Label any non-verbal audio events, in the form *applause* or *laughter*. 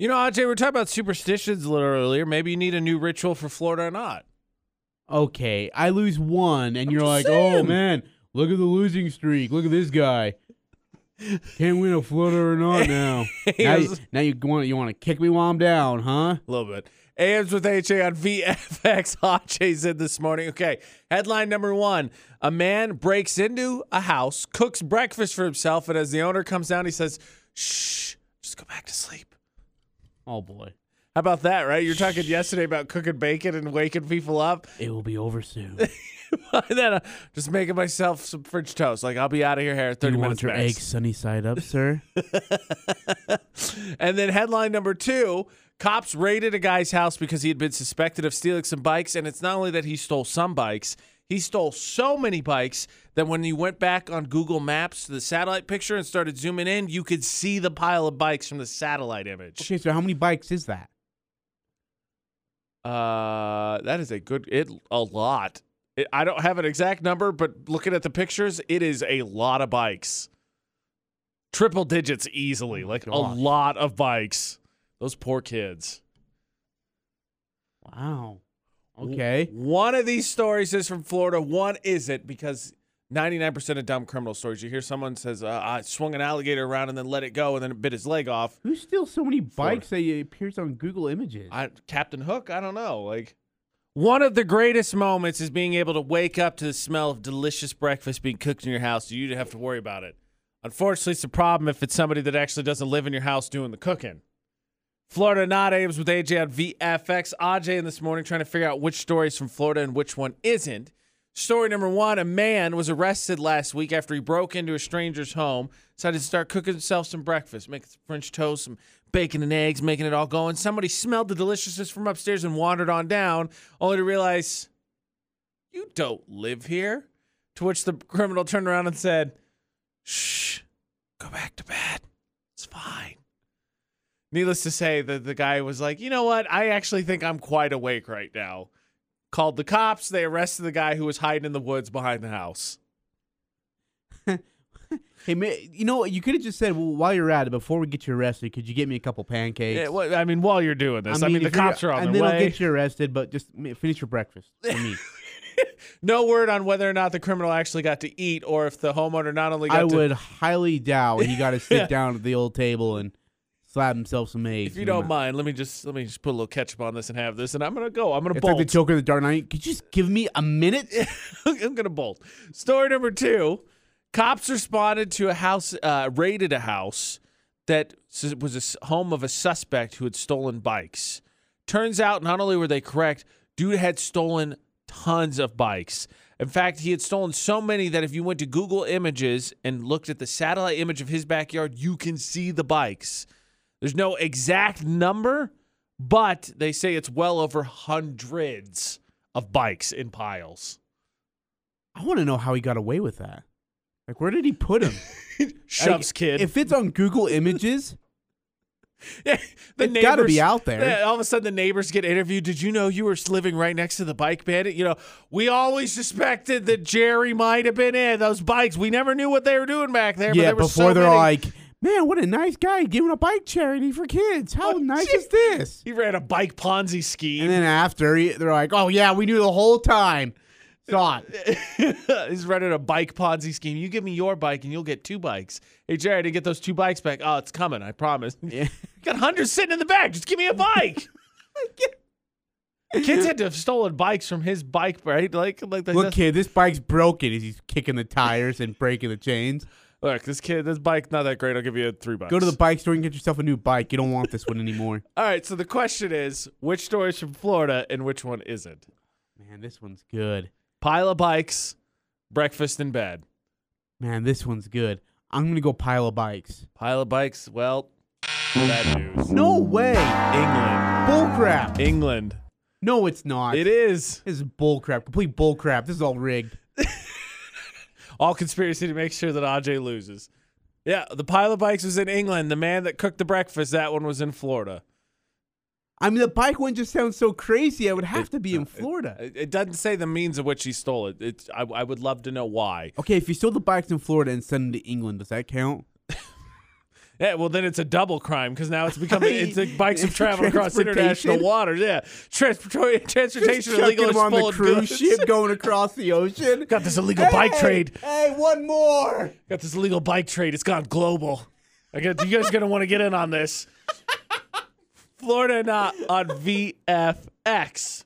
You know, Ajay, we're talking about superstitions a little earlier. Maybe you need a new ritual for Florida or not. Okay, I lose one, and I'm you're just like, oh saying. man, look at the losing streak. Look at this guy. Can't win a floater *laughs* or not now. He now, you, was- now you want you want to kick me while I'm down, huh? A little bit. AMs with HA on VFX. *laughs* Ajay's in this morning. Okay. Headline number one A man breaks into a house, cooks breakfast for himself, and as the owner comes down, he says, shh, just go back to sleep. Oh boy, How about that, right? You're talking yesterday about cooking bacon and waking people up. *laughs* it will be over soon. and then uh, just making myself some French toast. Like, I'll be out of here here in 30 you minutes. want your max. eggs sunny side *laughs* up, sir? And then headline number two cops raided a guy's house because he had been suspected of stealing some bikes. And it's not only that he stole some bikes, he stole so many bikes that when you went back on Google Maps to the satellite picture and started zooming in, you could see the pile of bikes from the satellite image. okay, so how many bikes is that? Uh, that is a good, it a lot. It, I don't have an exact number, but looking at the pictures, it is a lot of bikes. Triple digits easily, like a gosh. lot of bikes. Those poor kids. Wow. Okay. One of these stories is from Florida. One isn't because 99% of dumb criminal stories. You hear someone says, uh, I swung an alligator around and then let it go and then it bit his leg off. Who steals so many bikes that it appears on Google Images? I, Captain Hook, I don't know. Like, one of the greatest moments is being able to wake up to the smell of delicious breakfast being cooked in your house. You don't have to worry about it. Unfortunately, it's a problem if it's somebody that actually doesn't live in your house doing the cooking. Florida Not Ames with AJ on VFX. AJ in this morning trying to figure out which story is from Florida and which one isn't. Story number one a man was arrested last week after he broke into a stranger's home, decided to start cooking himself some breakfast, making some French toast, some bacon and eggs, making it all going. Somebody smelled the deliciousness from upstairs and wandered on down, only to realize you don't live here. To which the criminal turned around and said, Shh, go back to bed. It's fine. Needless to say, the, the guy was like, You know what? I actually think I'm quite awake right now. Called the cops. They arrested the guy who was hiding in the woods behind the house. hey, ma you know what? You could have just said, well, while you're at it, before we get you arrested, could you get me a couple pancakes? Yeah, well, I mean, while you're doing this, I mean, the if you're- cops are on And their then I'll way. get you arrested, but just ma- finish your breakfast for *laughs* me. no word on whether or not the criminal actually got to eat or if the homeowner not only got I to would highly doubt he got to *laughs* sit down at the old table and slap himself some eggs. If you in the don't mouth. mind, let me just let me just put a little ketchup on this and have this, and I'm gonna go. I'm gonna It's bolt. like the Joker of the Dark Knight. Could you just give me a minute? *laughs* I'm gonna bolt. Story number two: Cops responded to a house, uh, raided a house that s- was a s- home of a suspect who had stolen bikes. Turns out, not only were they correct, dude had stolen tons of bikes. In fact, he had stolen so many that if you went to Google Images and looked at the satellite image of his backyard, you can see the bikes. There's no exact number, but they say it's well over hundreds of bikes in piles. I want to know how he got away with that. Like, where did he *laughs* put him? Shoves Like, kid. If it's on Google Images, *laughs* the it's got to be neighbors- out there. Yeah, all of a sudden, the neighbors get interviewed. Did you know you were living right next to the bike bandit? You know, we always suspected that Jerry might have been in those bikes. We never knew what they were doing back there. but yeah, there were before so they're many. like, man, what a nice guy giving a bike charity for kids. How What? *laughs* nice is this? he ran a bike Ponzi scheme. And then after, he- they're like, oh, yeah, we knew the whole time. Saw *laughs* it. He's running a bike Ponzi scheme. You give me your bike and you'll get two bikes. Hey, Jared, to get those two bikes back. Oh, it's coming. I promise. *laughs* Yeah. Got hundreds sitting in the back. Just give me a bike. *laughs* Kids had to have stolen bikes from his bike, right? Like, like that- Look, kid, this bike's broken as he's kicking the tires and breaking the chains. look, this kid, this bike not that great. I'll give you three bucks. Go to the bike store and get yourself a new bike. You don't want this one anymore. All right. So the question is, which story is from Florida and which one isn't? *laughs* Man, this one's good. Pile of bikes, breakfast in bed. Man, this one's good. I'm going to go pile of bikes. Pile of bikes. Well, bad news. No way. England, Bullcrap. England. No, it's not. It is. This is bullcrap. Complete bullcrap. This is all rigged. All conspiracy to make sure that AJ loses. Yeah, the pile of bikes was in England. The man that cooked the breakfast, that one was in Florida. I mean, the bike one just sounds so crazy. I would have to be in Florida. It it doesn't say the means of which he stole it. It's, I, I would love to know why. Okay, if you stole the bikes in Florida and sent them to England, does that count? Yeah, well then it's a double crime because now it's becoming it's *laughs* like bikes have traveled across international Transportation. waters. Yeah, Transport- transportation Chucking illegal is them on full the of cruise goods. ship going across the ocean. *laughs* Got this illegal bike Hey, trade. Hey, one more. Got this illegal bike trade. It's gone global. I got you guys are gonna want to get in on this. Florida not on VFX.